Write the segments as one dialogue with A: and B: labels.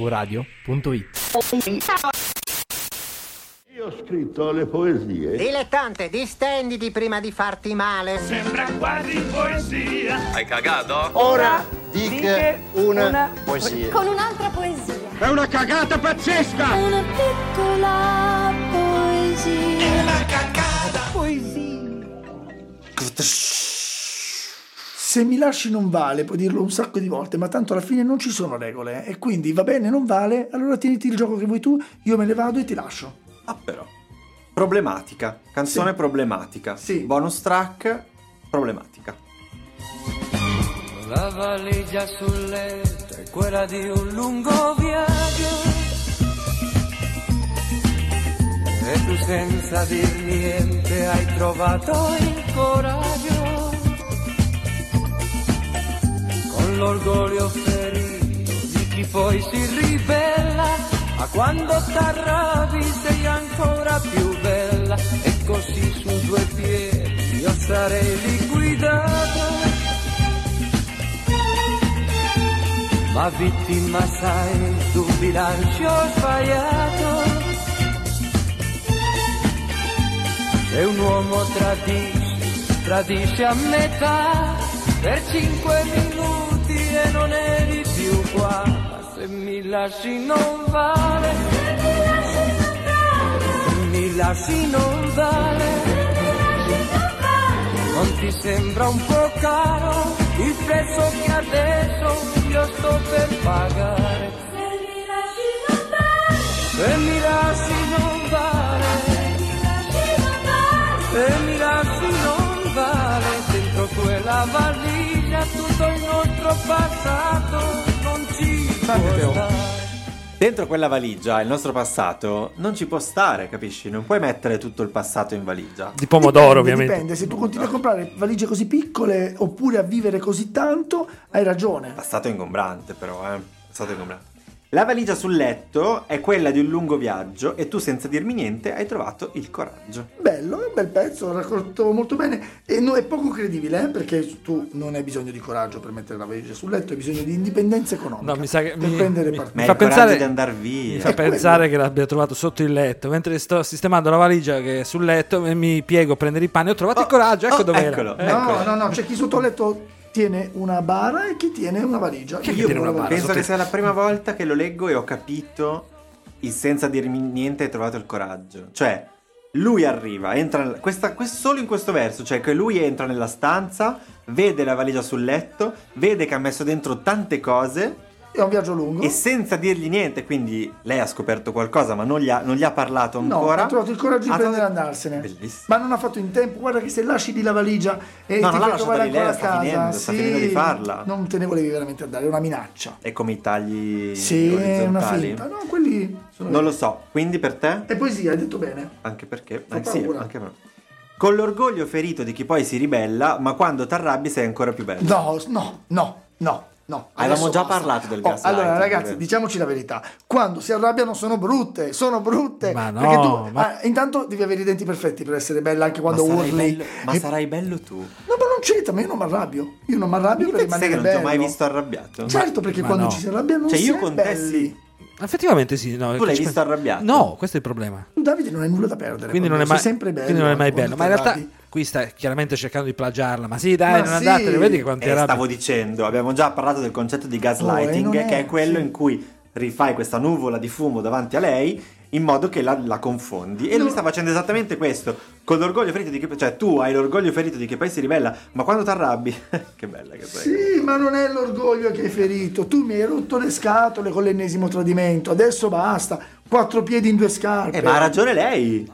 A: mvradio.it
B: Io ho scritto le poesie.
C: Dilettante, distenditi prima di farti male.
D: Sembra quasi poesia.
E: Hai cagato?
B: Ora dica una,
D: una
B: poesia.
F: con un'altra poesia.
B: È una cagata pazzesca!
F: Una piccola poesia.
G: Se mi lasci non vale, puoi dirlo un sacco di volte, ma tanto alla fine non ci sono regole. eh, E quindi va bene, non vale, allora tieniti il gioco che vuoi tu, io me ne vado e ti lascio.
H: Ah, però. Problematica. Canzone
G: Sì.
H: problematica.
G: Sì.
H: Bonus track. Problematica.
D: La valigia sul letto è quella di un lungo viaggio. E tu senza dir niente hai trovato il coraggio. Con l'orgoglio ferito di chi poi si ribella. Ma quando t'arrabbi sei ancora più bella. E così su due piedi io sarei liquidata. ma vittima sai tu bilancio sbagliato. Se un uomo tradisce, tradisce a metà per cinque minuti e non eri più qua. Ma se mi lasci non vale, se mi lasci non vale, non ti sembra un po' caro il prezzo che adesso io sto per pagare? Se mi lasci non vale, se mi lasci non vale, dentro quella valigia tutto il nostro passato non ci può
H: Teo.
D: stare.
H: Dentro quella valigia, il nostro passato non ci può stare, capisci? Non puoi mettere tutto il passato in valigia.
A: Di pomodoro,
G: Dipende,
A: ovviamente.
G: Dipende, se tu continui a comprare valigie così piccole oppure a vivere così tanto, hai ragione.
H: Passato ingombrante, però, eh. Passato ingombrante. La valigia sul letto è quella di un lungo viaggio e tu senza dirmi niente hai trovato il coraggio.
G: Bello, è un bel pezzo, raccolto molto bene e no- è poco credibile eh, perché tu non hai bisogno di coraggio per mettere la valigia sul letto, hai bisogno di indipendenza economica
A: No, mi sa che
G: per
A: mi-
G: prendere
A: mi-
G: partito.
H: Ma è
A: fa
H: il coraggio
A: pensare-
H: di andare
A: Mi
H: via.
A: fa
G: È quello.
A: pensare che l'abbia trovato sotto il letto. Mentre sto sistemando la valigia che è sul letto e mi piego a prendere i panni. Ho trovato il coraggio, ecco
H: oh,
A: dove
H: eccolo.
A: era.
G: No, no, no, c'è chi sotto il letto tiene una bara e chi tiene una valigia.
A: Chi è che tiene una bara?
H: Penso che sia la prima volta che lo leggo e ho capito il senza dirmi niente hai trovato il coraggio. Cioè, lui arriva, entra nel- questa, quest- solo in questo verso, cioè che lui entra nella stanza, vede la valigia sul letto, vede che ha messo dentro tante cose
G: È un viaggio lungo.
H: e senza dirgli niente, quindi lei ha scoperto qualcosa ma non gli ha, non gli ha parlato
G: No,
H: ancora.
G: ha trovato il coraggio di
H: Ha
G: prendere e
H: trovato-
G: andarsene.
H: Bellissimo.
G: Ma non ha fatto in tempo. Guarda che se lasci lì la valigia e
H: No,
G: ti
H: non l'ha
G: fai trovare
H: lasciata lì,
G: ancora a
H: lei la sta
G: casa,
H: finendo, sta finendo di farla.
G: Non te ne volevi veramente andare, è una minaccia.
H: È come i tagli
G: Sì, è una
H: orizzontali.
G: finta. No, quelli sono
H: Non lo so, quindi per te?
G: È poesia, hai detto bene.
H: Anche perché,
G: Fa
H: eh, sì,
G: paura.
H: anche me. Con l'orgoglio ferito di chi poi si ribella, ma quando t'arrabbi sei ancora più bello.
G: No, no, no, no. No,
H: Eh. Avevamo
G: Adesso
H: già
G: basta.
H: parlato del
G: Oh,
H: gaslighting,
G: allora, ragazzi,
H: vero?
G: diciamoci la verità: quando si arrabbiano sono brutte, sono brutte.
A: Ma no,
G: perché tu
A: ma-
G: ah, intanto devi avere i denti perfetti per essere bella anche
H: Ma
G: quando
H: sarai,
G: urli.
H: bello, ma
G: E-
H: sarai bello tu.
G: No, ma non c'entra, ma io non mi arrabbio. Io non mi arrabbio per
H: Sai
G: rimanere
H: che non ti
G: bello.
H: ho mai visto arrabbiato?
G: Certo, perché
A: Ma
G: quando
A: no.
G: ci si arrabbia non
H: cioè,
G: si
H: io
G: è
H: con te
G: belli.
H: sì.
A: Effettivamente sì. No,
H: Tu l'hai
A: ci
H: visto
A: penso-
H: arrabbiato?
A: No, questo è il problema.
G: Tu, Davide non hai nulla da perdere.
A: Quindi non,
G: con me,
A: è mai,
G: sei sempre bello.
A: quindi non è mai bello.
G: quando
A: Ma in
G: ti
A: realtà
G: arrabbi.
A: qui sta chiaramente cercando di plagiarla. Ma sì, dai,
G: Ma
A: non
G: sì.
A: andatene. Vedi che quanti
H: Eh,
A: arrabbi.
H: stavo dicendo, abbiamo già parlato del concetto di gaslighting,
G: Oh, eh, non
H: che
G: è,
H: è quello
G: sì.
H: in cui rifai questa nuvola di fumo davanti a lei in modo che la, la confondi. E lui sta facendo esattamente questo, con l'orgoglio ferito di che... Cioè, tu hai l'orgoglio ferito di che poi si ribella, ma quando t'arrabbi... che bella che sei.
G: Sì, ma non è l'orgoglio che hai ferito. Tu mi hai rotto le scatole con l'ennesimo tradimento. Adesso basta. Quattro piedi in due scarpe.
H: Eh, ma ha ragione lei.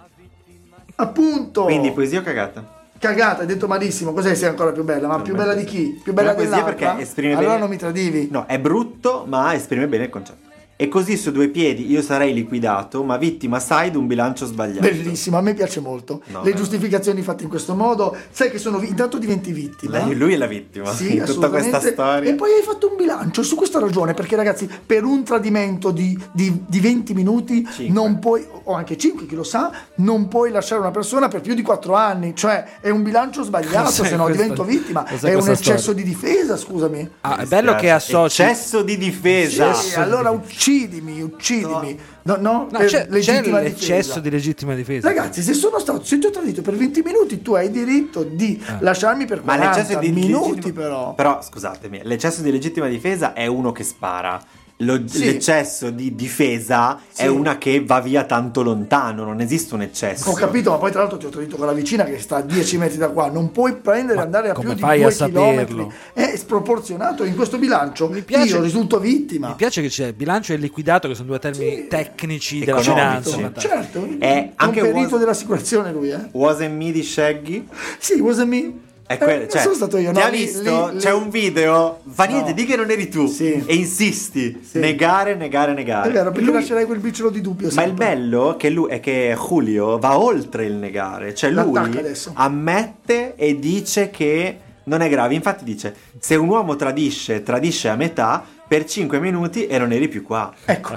G: Appunto.
H: Quindi poesia o cagata?
G: Cagata, hai detto malissimo. Cos'è sei ancora più bella? Ma
H: Non
G: più
H: me
G: bella
H: lo
G: di
H: so.
G: chi? Più bella
H: Una poesia
G: dell'altra?
H: perché esprime
G: allora
H: bene-
G: non mi tradivi.
H: No, è brutto, ma esprime bene il concetto. E così su due piedi io sarei liquidato, ma vittima sai di un bilancio sbagliato.
G: Bellissimo, a me piace molto.
H: No, eh.
G: le
H: no.
G: giustificazioni fatte in questo modo, sai che sono vi- intanto diventi vittima.
H: Lei- lui è la vittima
G: Sì,
H: in tutta
G: assolutamente.
H: questa storia.
G: E poi hai fatto un bilancio e su questa ragione, perché ragazzi, per un tradimento di, di- di 20 minuti,
H: Cinque.
G: non puoi, o anche 5, chi lo sa, non puoi lasciare una persona per più di 4 anni. Cioè, è un bilancio sbagliato,
A: Cos'è
G: se no
A: questa-
G: divento vittima.
A: cos'è
G: È un
A: questa
G: eccesso
A: storia?
G: di difesa, scusami.
A: Ah, è bello Ah, che associ.
H: Eccesso di difesa.
G: Sì, allora ucc- uccidimi, uccidimi. No, no,
A: No,
G: per
A: c'è, c'è
G: legittima
A: l'eccesso
G: difesa.
A: di legittima difesa.
G: Ragazzi, se sono stato se ti ho tradito per 20 minuti, tu hai diritto di
A: Eh.
G: lasciarmi per
H: Ma
G: 40
H: l'eccesso di
G: minuti,
H: legittima-
G: però.
H: Però scusatemi, l'eccesso di legittima difesa è uno che spara. Lo-
G: Sì.
H: L'eccesso di difesa è
G: Sì.
H: una che va via tanto lontano, non esiste un eccesso.
G: Ho capito, ma poi tra l'altro ti ho tradito con la vicina che sta a 10 metri da qua. Non puoi prendere e
A: Ma
G: andare a
A: come
G: più di
A: fai a
G: 2
A: saperlo?
G: chilometri. È sproporzionato. In questo bilancio
A: piace-
G: io risulto vittima.
A: Mi piace che c'è bilancio e liquidato, che sono due termini
G: Sì.
A: tecnici della
H: Economici.
A: finanza.
G: certo,
A: Natale.
G: certo.
H: È
G: un
H: anche
G: perito
H: Wall-
G: dell'assicurazione lui, eh.
H: Wasn't me di Shaggy?
G: Sì, was it me?
H: È quel-
G: Eh, non
H: cioè,
G: sono stato io,
H: Ti
G: no,
H: ha
G: lì-
H: visto?
G: lì- lì-
H: C'è un video. Fa niente,
G: No.
H: di che non eri tu.
G: Sì.
H: E insisti.
G: Sì.
H: Negare, negare, negare.
G: È vero, perché
H: Lui-
G: lascerai quel briciolo di dubbio.
H: Ma il
G: sempre.
H: bello che lui- è che Julio va oltre il negare, cioè
G: L'attacca
H: lui
G: adesso.
H: ammette e dice che non è grave. Infatti dice, se un uomo tradisce, tradisce a metà per 5 minuti e non eri più qua.
G: Ecco.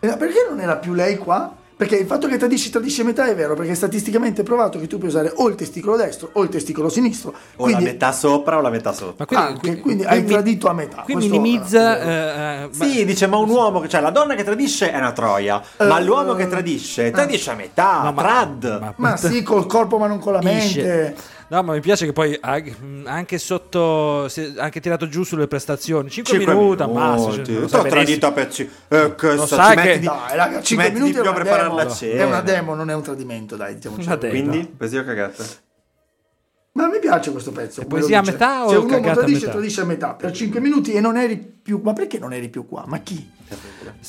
G: Eh, Perché non era più lei qua? Perché il fatto che tradisci, tradisci a metà è vero, perché è statisticamente provato che tu puoi usare o il testicolo destro o il testicolo sinistro.
H: O
G: Quindi,
H: la metà sopra o la metà sotto.
A: Ma quindi,
G: anche,
A: qui-
G: quindi, hai
A: qui mi-
G: tradito a metà.
A: Qui
G: Questo-
A: minimizza...
G: eh,
A: eh, eh,
H: Sì, dice, ma un uomo, cioè la donna che tradisce è una troia,
G: Eh,
H: ma l'uomo che tradisce, tradisce a metà,
A: No, ma-
H: trad.
A: ma-
G: Ma sì, col corpo ma non con la
A: Capisce.
G: mente.
A: No, ma mi piace che poi ag- anche sotto, se- anche tirato giù sulle prestazioni, 5,
H: Cinque minuti.
A: minuti, ammazza. Cioè,
H: Te
A: lo
H: l'ho
A: sai benissimo.
H: tradito per ci- eh, che
A: Lo
H: so,
A: sai
H: ci
A: che-
H: metti di-
G: Dai, raga,
H: ci
G: 5
H: metti
G: minuti
H: di
G: è
H: più a
G: una,
H: preparare
G: demo,
H: la
G: è una
H: cena.
G: demo, non è un tradimento, dai, diciamoci.
A: Una demo.
H: Quindi, così ho cagato.
G: Ma mi piace questo pezzo. come lo
A: poesia a
G: dice.
A: metà o
G: Se un uomo
A: cagata a
G: tradisce,
A: metà?
G: tradisce a metà per 5 minuti e non eri più... Ma perché non eri più qua? Ma chi?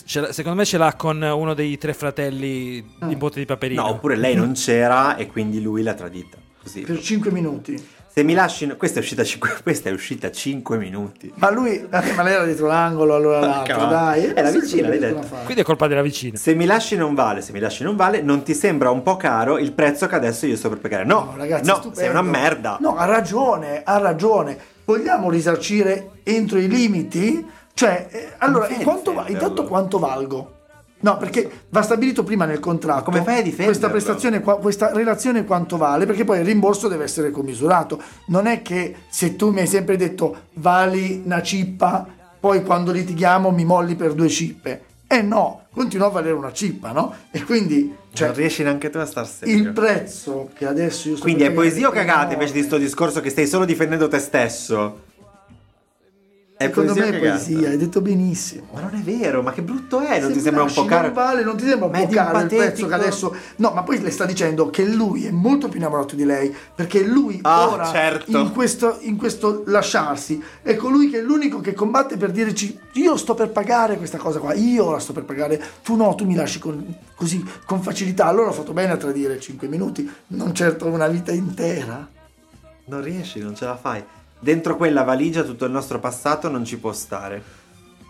A: Ce l'ha- secondo me ce l'ha con uno dei tre fratelli nipoti di Paperino.
H: No, oppure lei non c'era e quindi lui l'ha tradita. Così.
G: Per 5 minuti.
H: Se mi lasci. Questa è uscita 5, questa è uscita 5 minuti.
G: Ma lui, eh, ma lei era dietro l'angolo, allora l'altro,
H: Porca
G: dai.
H: vacca. È la
G: Sì,
H: vicina,
G: cosa
H: l'hai
G: riescono
H: detto.
G: a fare?
A: Quindi è colpa della vicina.
H: Se mi lasci non vale, se mi lasci non vale, non ti sembra un po' caro il prezzo che adesso io sto per pagare? No,
G: No, ragazzi,
H: no,
G: stupendo.
H: sei una merda.
G: No, ha ragione, ha ragione. Vogliamo risarcire entro i limiti? Cioè, eh, allora,
H: fai a
G: quanto va-
H: difenderlo?
G: intanto quanto valgo? No, perché va stabilito prima nel contratto.
H: Come fai a difenderlo?
G: Questa prestazione, qua- questa relazione quanto vale? Perché poi il rimborso deve essere commisurato. Non è che se tu mi hai sempre detto vali una cippa, poi quando litighiamo mi molli per due cippe. Eh no, continua a valere una cippa, no? E quindi... Cioè,
H: non riesci neanche tu a star serio.
G: il prezzo che adesso io sto
H: Quindi è
G: per pagare
H: poesia o
G: per
H: cagate
G: la
H: invece di
G: morte,
H: sto discorso che stai solo difendendo te stesso? È
G: secondo
H: poesia
G: me è
H: o cagata?
G: poesia hai detto benissimo
H: Ma non è vero, ma che brutto è, Eh, non
G: Se
H: ti sembra un
G: lasci,
H: po' caro?
G: non vale non ti sembra un
H: Ma è
G: po'
H: di un
G: caro il prezzo che
H: patetico-
G: adesso no ma poi le sta dicendo che lui è molto più innamorato di lei perché lui
H: Ah,
G: ora
H: certo.
G: in, questo, in questo lasciarsi è colui che è l'unico che combatte per dirci io sto per pagare questa cosa qua io ora sto per pagare tu no tu mi lasci con- così con facilità allora ho fatto bene a tradire 5 minuti non certo una vita intera
H: Non riesci, non ce la fai. Dentro quella valigia tutto il nostro passato non ci può stare.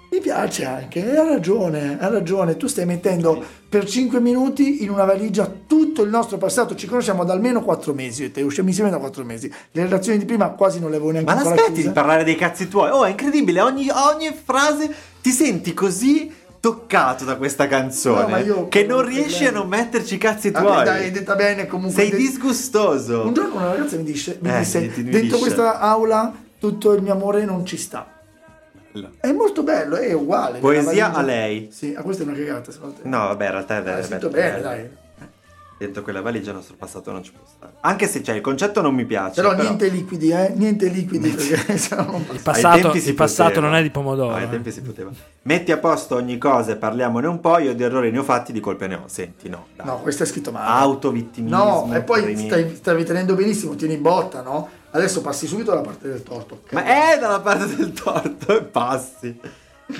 G: Mi piace anche, e ha ragione, ha ragione. Tu stai mettendo per 5 minuti in una valigia tutto il nostro passato. Ci conosciamo da almeno 4 mesi, io e te usciamo insieme da 4 mesi. Le relazioni di prima quasi non le avevo neanche
H: Ma
G: ancora
H: l'aspetti di
G: chiuse.
H: parlare dei cazzi tuoi? Oh, è incredibile, ogni, ogni frase ti senti così toccato da questa
G: No, ma
H: canzone
G: io-
H: che non riesci a
G: bene.
H: non metterci i cazzi
G: Ah,
H: tuoi.
G: dai, è detta bene comunque.
H: Sei
G: De-
H: disgustoso.
G: Un giorno una ragazza mi, dice, mi
H: Eh,
G: disse:
H: mi- mi
G: Dentro
H: dice.
G: questa aula tutto il mio amore non ci sta.
H: Bello.
G: È molto bello, è uguale.
H: Poesia
G: Una valigia-
H: a lei. Eh,
G: Sì, a questa è una cagata, secondo te.
H: No, vabbè, in realtà è
G: Ah,
H: vero.
G: sento
H: è
G: bene,
H: vero.
G: dai.
H: Dentro quella valigia il nostro passato non ci può stare. Anche se cioè, il concetto non mi piace.
G: Però niente liquidi, eh? Niente liquidi, perché sennò-
A: Il passato,
H: Ai tempi si
A: il passato
H: poteva.
A: non è
H: No,
A: di
H: ai
A: pomodoro. eh.
H: tempi si poteva. Metti a posto ogni cosa e parliamone un po'. Io di errori ne ho fatti, di colpe ne ho. Senti, no. dai.
G: No, questo è scritto male.
H: Autovittimismo.
G: No, e poi
H: primi-
G: stai, stavi tenendo benissimo, tieni in botta, no? Adesso passi subito alla parte del torto. ok?
H: Ma è dalla parte del torto e passi.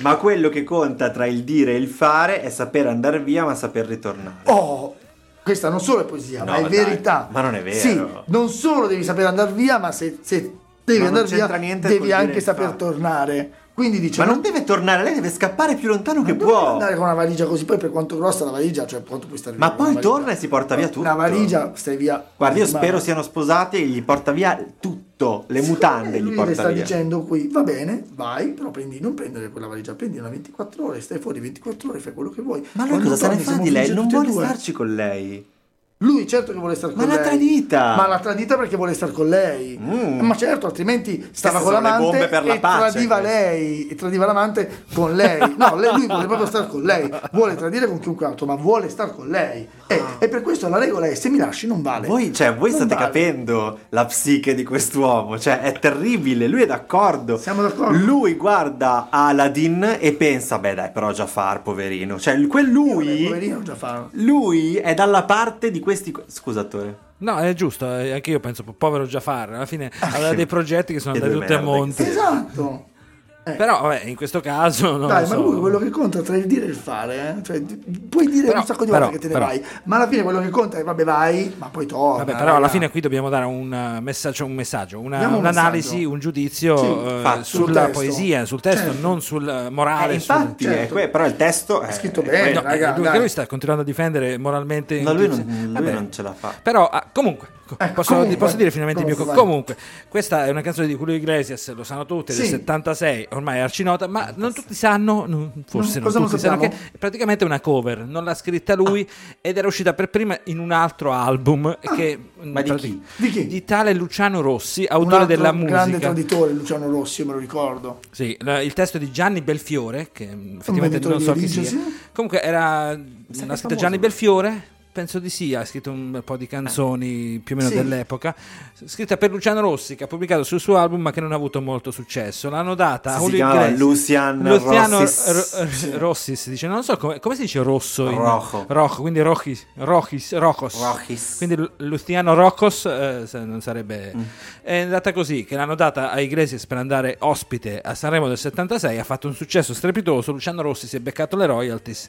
H: Ma quello che conta tra il dire e il fare è saper andare via ma saper ritornare.
G: Oh, questa non solo è poesia,
H: No,
G: ma è
H: dai,
G: verità.
H: ma non è vero.
G: Sì, non solo devi sapere andare via, ma se, se devi
H: Ma non
G: andare via,
H: c'entra niente col
G: devi
H: dire
G: anche
H: e
G: saper
H: fare.
G: tornare. Quindi dice,
H: ma non deve tornare, lei deve scappare più lontano che
G: cioè, non devi
H: può.
G: andare con una valigia così, poi per quanto grossa la valigia, cioè quanto puoi stare
H: Ma
G: via con
H: poi
G: una valigia?
H: torna e si porta via tutto.
G: Una valigia, stai via.
H: Guarda, io
G: Ma-
H: spero siano sposati e gli porta via tutto. Le mutande
G: Lui
H: gli
G: le
H: porta
G: sta
H: via.
G: dicendo qui, va bene, vai, però prendi, non prendere quella valigia, prendila 24 ore, stai fuori 24 ore, fai quello che vuoi.
H: Ma lui
G: Quando
H: cosa se ne
G: torni
H: fa
G: siamo
H: di lei?
G: felici
H: Non
G: tutti e
H: vuole
G: due.
H: starci con lei.
G: Lui certo che vuole stare
H: Ma
G: con lei.
H: l'ha tradita!
G: Ma l'ha tradita perché vuole stare con lei.
H: Mm.
G: Ma certo, altrimenti
H: Queste
G: stava con
H: sono le
G: l'amante
H: bombe per la
G: e
H: pace, cioè.
G: tradiva
H: queste.
G: lei. E tradiva l'amante con lei. No, lei- lui vuole proprio stare con lei. Vuole tradire con chiunque altro, ma vuole stare con lei. E, e per questo la regola è se mi lasci non vale.
H: Ah. Voi, cioè, voi
G: Non
H: state
G: vale.
H: capendo la psiche di quest'uomo, cioè è terribile, lui è d'accordo.
G: Siamo d'accordo.
H: Lui guarda Aladdin e pensa, beh dai, però Jafar, poverino. Cioè, quel lui,
G: Vabbè, poverino già fa.
H: lui è dalla parte di questi... co- Scusa, attore.
A: No, è giusto, eh, anche io penso, po- povero Jafar, alla fine aveva dei progetti che sono
H: Che
A: andati
H: Ah, due
A: tutti a
H: merde,
A: monte.
H: che
G: Esatto. Eh.
A: Però, vabbè, in questo caso... non
G: Dai,
A: lo
G: ma
A: so.
G: lui quello che conta tra il dire e il fare, eh? Cioè, d- puoi dire
A: Però-
G: un sacco di
A: però-
G: volte che te ne
A: però.
G: vai, ma alla fine quello che conta è vabbè vai, ma poi torna.
A: Vabbè, però alla
G: raga.
A: fine qui dobbiamo dare un eh, messaggio, un messaggio una-
G: Diamo un
A: un'analisi,
G: messaggio.
A: un giudizio
G: Sì,
A: eh,
H: fatto.
G: Sul
A: sulla
G: testo.
A: poesia, sul testo,
G: Certo.
A: non sul eh,
H: Eh,
A: morale. sul-
H: infatti,
G: certo.
H: è que- però il testo è
G: scritto
H: è
G: bene,
H: quello.
A: No,
G: raga,
A: eh, lui,
G: dai.
A: che lui sta continuando a difendere moralmente.
H: No, lui
A: ingiusti-
H: non- lui
A: Vabbè.
H: non ce la fa.
A: Però, ah, comunque, co-
G: Eh,
A: posso,
G: comunque.
A: posso dire finalmente il mio. co-
G: Comunque, vai.
A: comunque, questa è una canzone di Julio Iglesias, lo sanno tutti, del
G: Sì. Eh,
A: 76, ormai è arcinota, ma non tutti sanno, non- forse
G: No,
A: non,
G: cosa non
A: tutti sanno, che
G: sappiamo? Ah.
A: è praticamente una cover. Non l'ha scritta lui ed era uscita per prima in un altro album. che,
H: Ma di
A: pratic-
H: chi?
G: Di chi?
A: Di tale Luciano Rossi,
G: un
A: autore
G: altro
A: della
G: grande
A: musica.
G: traditore, Luciano Rossi, io me lo ricordo.
A: Sì, la- il testo di Gianni Belfiore, che mh, effettivamente
G: Un
A: non so chi
G: movitore
A: sia.
G: di origine,
A: Comunque era
H: che è
A: l'ha scritto
H: famoso.
A: Gianni Belfiore, penso di sì, ha scritto un bel po' di canzoni
H: Eh,
A: più o meno
G: Sì.
A: dell'epoca, s- scritta per Luciano Rossi che ha pubblicato sul suo album ma che non ha avuto molto successo. L'hanno data a
H: Si
A: Julio
H: chiamava
A: Iglesias.
H: Lucian
A: Luciano
H: Rossis.
A: R- R- Rossi si dice, non so come, come si dice rosso in
H: Rojo.
A: Rojo, quindi Rojis, Rojis, Rocos.
H: Rojis.
A: Quindi Lu- Luciano Rocos eh, se- non sarebbe
G: Mm.
A: è andata così che l'hanno data a Iglesias per andare ospite a Sanremo del 76, ha fatto un successo strepitoso, Luciano Rossi si è beccato le royalties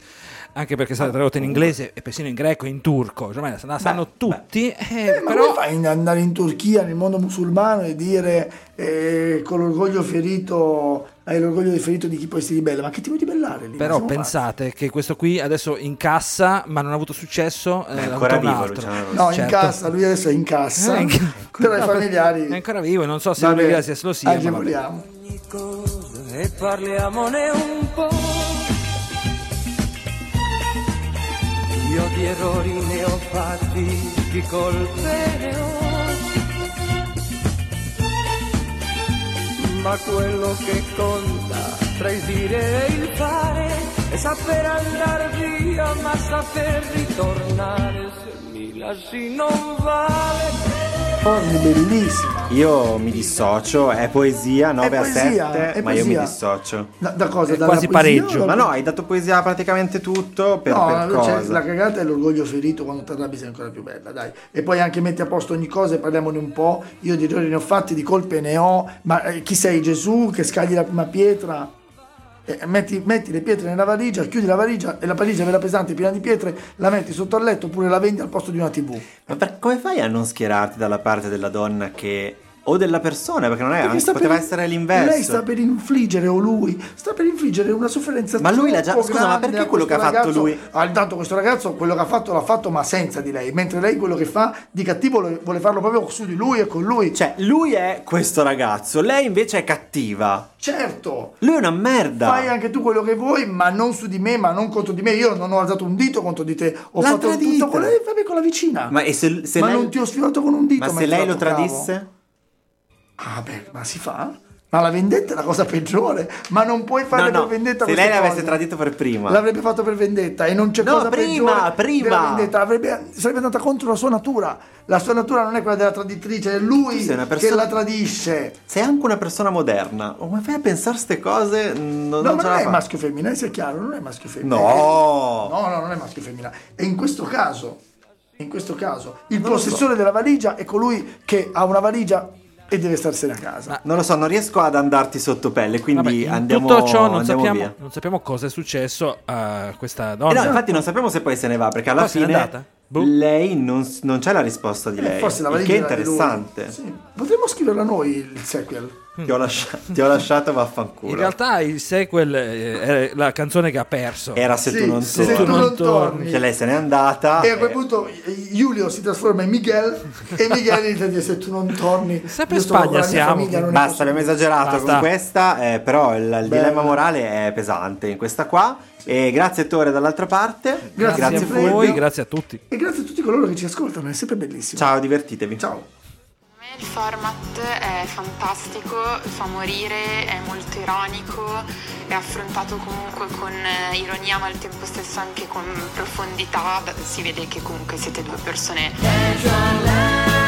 A: anche perché è
G: Ah,
A: stata tradotta in inglese e persino in greco e in turco, ormai la la sanno tutti, eh,
G: Eh, ma
A: però
G: come fai ad andare in Turchia, nel mondo musulmano, e dire eh, con l'orgoglio ferito, hai l'orgoglio ferito di chi poi si ribella? Ma che ti vuoi ribellare lì? Ma
A: Però
G: siamo pazzi.
A: pensate che questo qui adesso incassa, ma non ha avuto successo. eh,
H: È
A: l'ha
H: ancora
A: avuto un
H: vivo
A: altro.
H: Luciano Rossi.
G: No, in
A: certo.
G: cassa, lui adesso è in cassa,
A: Eh, in ca-
G: però i
A: È
G: familiari...
A: ancora vivo, e non so se
G: Vabbè, Ah,
A: lui Iglesias lo sia. Ma vabbè.
G: agevoliamo.
D: ogni cosa e parliamone un po'. Io di errori ne ho fatti, di colpe ne ho. Ma quello che conta tra il dire e il fare è saper andare via, ma saper ritornare. Se mi lasci non vale.
G: Cose bellissime.
H: Io mi dissocio, è poesia 9 a
G: poesia,
H: 7,
G: è
H: ma io mi
G: poesia.
H: dissocio.
G: Da, da cosa?
A: È
G: Dalla
A: quasi
G: poesia o
A: pareggio.
H: Ma
G: dal-
H: no, hai dato poesia a praticamente tutto per,
G: No,
H: per
G: cioè,
H: cosa?
G: la cagata è l'orgoglio ferito quando ti arrabbi sei ancora più bella, dai. E poi anche metti a posto ogni cosa e parliamone un po'. Io di errori ne ho fatti, di colpe ne ho, ma eh, chi sei Gesù che scagli la prima pietra? Eh, metti, metti le pietre nella valigia, chiudi la valigia e la valigia vera pesante piena di pietre, la metti sotto al letto oppure la vendi al posto di una tv.
H: Ma per- come fai a non schierarti dalla parte della donna che... o della persona, perché non è...
G: Perché
H: anche-
G: sta per-
H: Eh, poteva essere l'inverso.
G: Lei sta per infliggere, o lui, sta per infliggere una sofferenza
H: Ma lui l'ha già-
G: troppo
H: scusa, ma
G: grande
H: perché
G: a
H: quello che ha
G: questo
H: fatto
G: ragazzo-
H: lui?
G: Ah, intanto questo ragazzo quello che ha fatto l'ha fatto ma senza di lei, mentre lei quello che fa di cattivo lo- vuole farlo proprio su di lui e con lui.
H: Cioè, lui è questo ragazzo, lei invece è cattiva.
G: certo,
H: Lui è una merda.
G: fai anche tu quello che vuoi, ma non su di me, ma non contro di me. Io non ho alzato un dito contro di te. Ho
H: L'ha
G: fatto
H: tradita.
G: tutto con lei, vabbè, con la vicina.
H: Ma e se- se
G: Ma
H: lei-
G: non ti ho sfiorato con un dito.
H: Ma se
G: ti
H: lei
G: la
H: lo
G: toccavo.
H: tradisse?
G: Ah, beh, ma si fa? Ma la vendetta è la cosa peggiore. Ma non puoi fare
H: no, no.
G: per vendetta
H: se
G: queste
H: lei l'avesse
G: cose.
H: tradito per prima.
G: L'avrebbe fatto per vendetta e non c'è
H: No,
G: cosa
H: prima,
G: peggiore
H: prima.
G: della vendetta. Avrebbe- sarebbe andata contro la sua natura. La sua natura non è quella della traditrice, è
H: Tu
G: lui
H: sei una
G: che
H: persona-
G: la tradisce.
H: Sei anche una persona moderna. Oh, ma fai a pensare queste cose? Mm, Non,
G: No,
H: non
G: ma
H: ce
G: non
H: la
G: è
H: fa.
G: maschio e femmina, eh, sia chiaro, non è maschio e femmina.
H: No.
G: no, no, non è maschio e femmina. E in questo caso, in questo caso, il possessore della valigia è colui che ha una valigia e deve starsene a casa.
H: Non lo so, non riesco ad andarti sotto pelle, quindi
A: Vabbè, in
H: andiamo
A: tutto ciò non
H: andiamo
A: sappiamo,
H: via.
A: non sappiamo cosa è successo a questa
H: Eh
A: donna.
H: no, infatti non sappiamo se poi se ne va, perché alla
A: Poi Ah, se n'è andata?
H: fine
A: Boh.
H: lei non, s- non c'è la risposta di
G: Eh,
H: lei.
G: forse la
H: il
G: valigia
H: che è
G: era di lui.
H: interessante.
G: Sì. Potremmo scriverla noi il sequel.
H: Ti ho, lascia- ti ho lasciato vaffanculo.
A: In realtà il sequel eh, è la canzone che ha perso.
H: Era se tu non
G: se
H: torni.
G: tu non torni.
H: Cioè, lei se n'è andata.
G: E a quel
H: eh,
G: punto Giulio si trasforma in Miguel e Miguel gli dice se tu non torni
A: Sempre
G: io
A: in
G: sono
A: Spagna
G: con la mia
A: siamo,
G: famiglia, non ne
H: Basta,
G: posso
H: abbiamo esagerato
A: Basta.
H: con questa, eh, però il, il dilemma
G: Bella.
H: morale è pesante in questa qua. E grazie Tore dall'altra parte.
G: Grazie
A: grazie,
G: Flavio.
A: a
H: Fulvio.
A: voi, grazie a tutti.
G: più". E grazie a tutti coloro che ci ascoltano, è sempre bellissimo.
H: Ciao, divertitevi.
G: Ciao.
E: Secondo me Il format è fantastico, fa morire, è molto ironico, è affrontato comunque con eh, ironia ma al tempo stesso anche con profondità, si vede che comunque siete due persone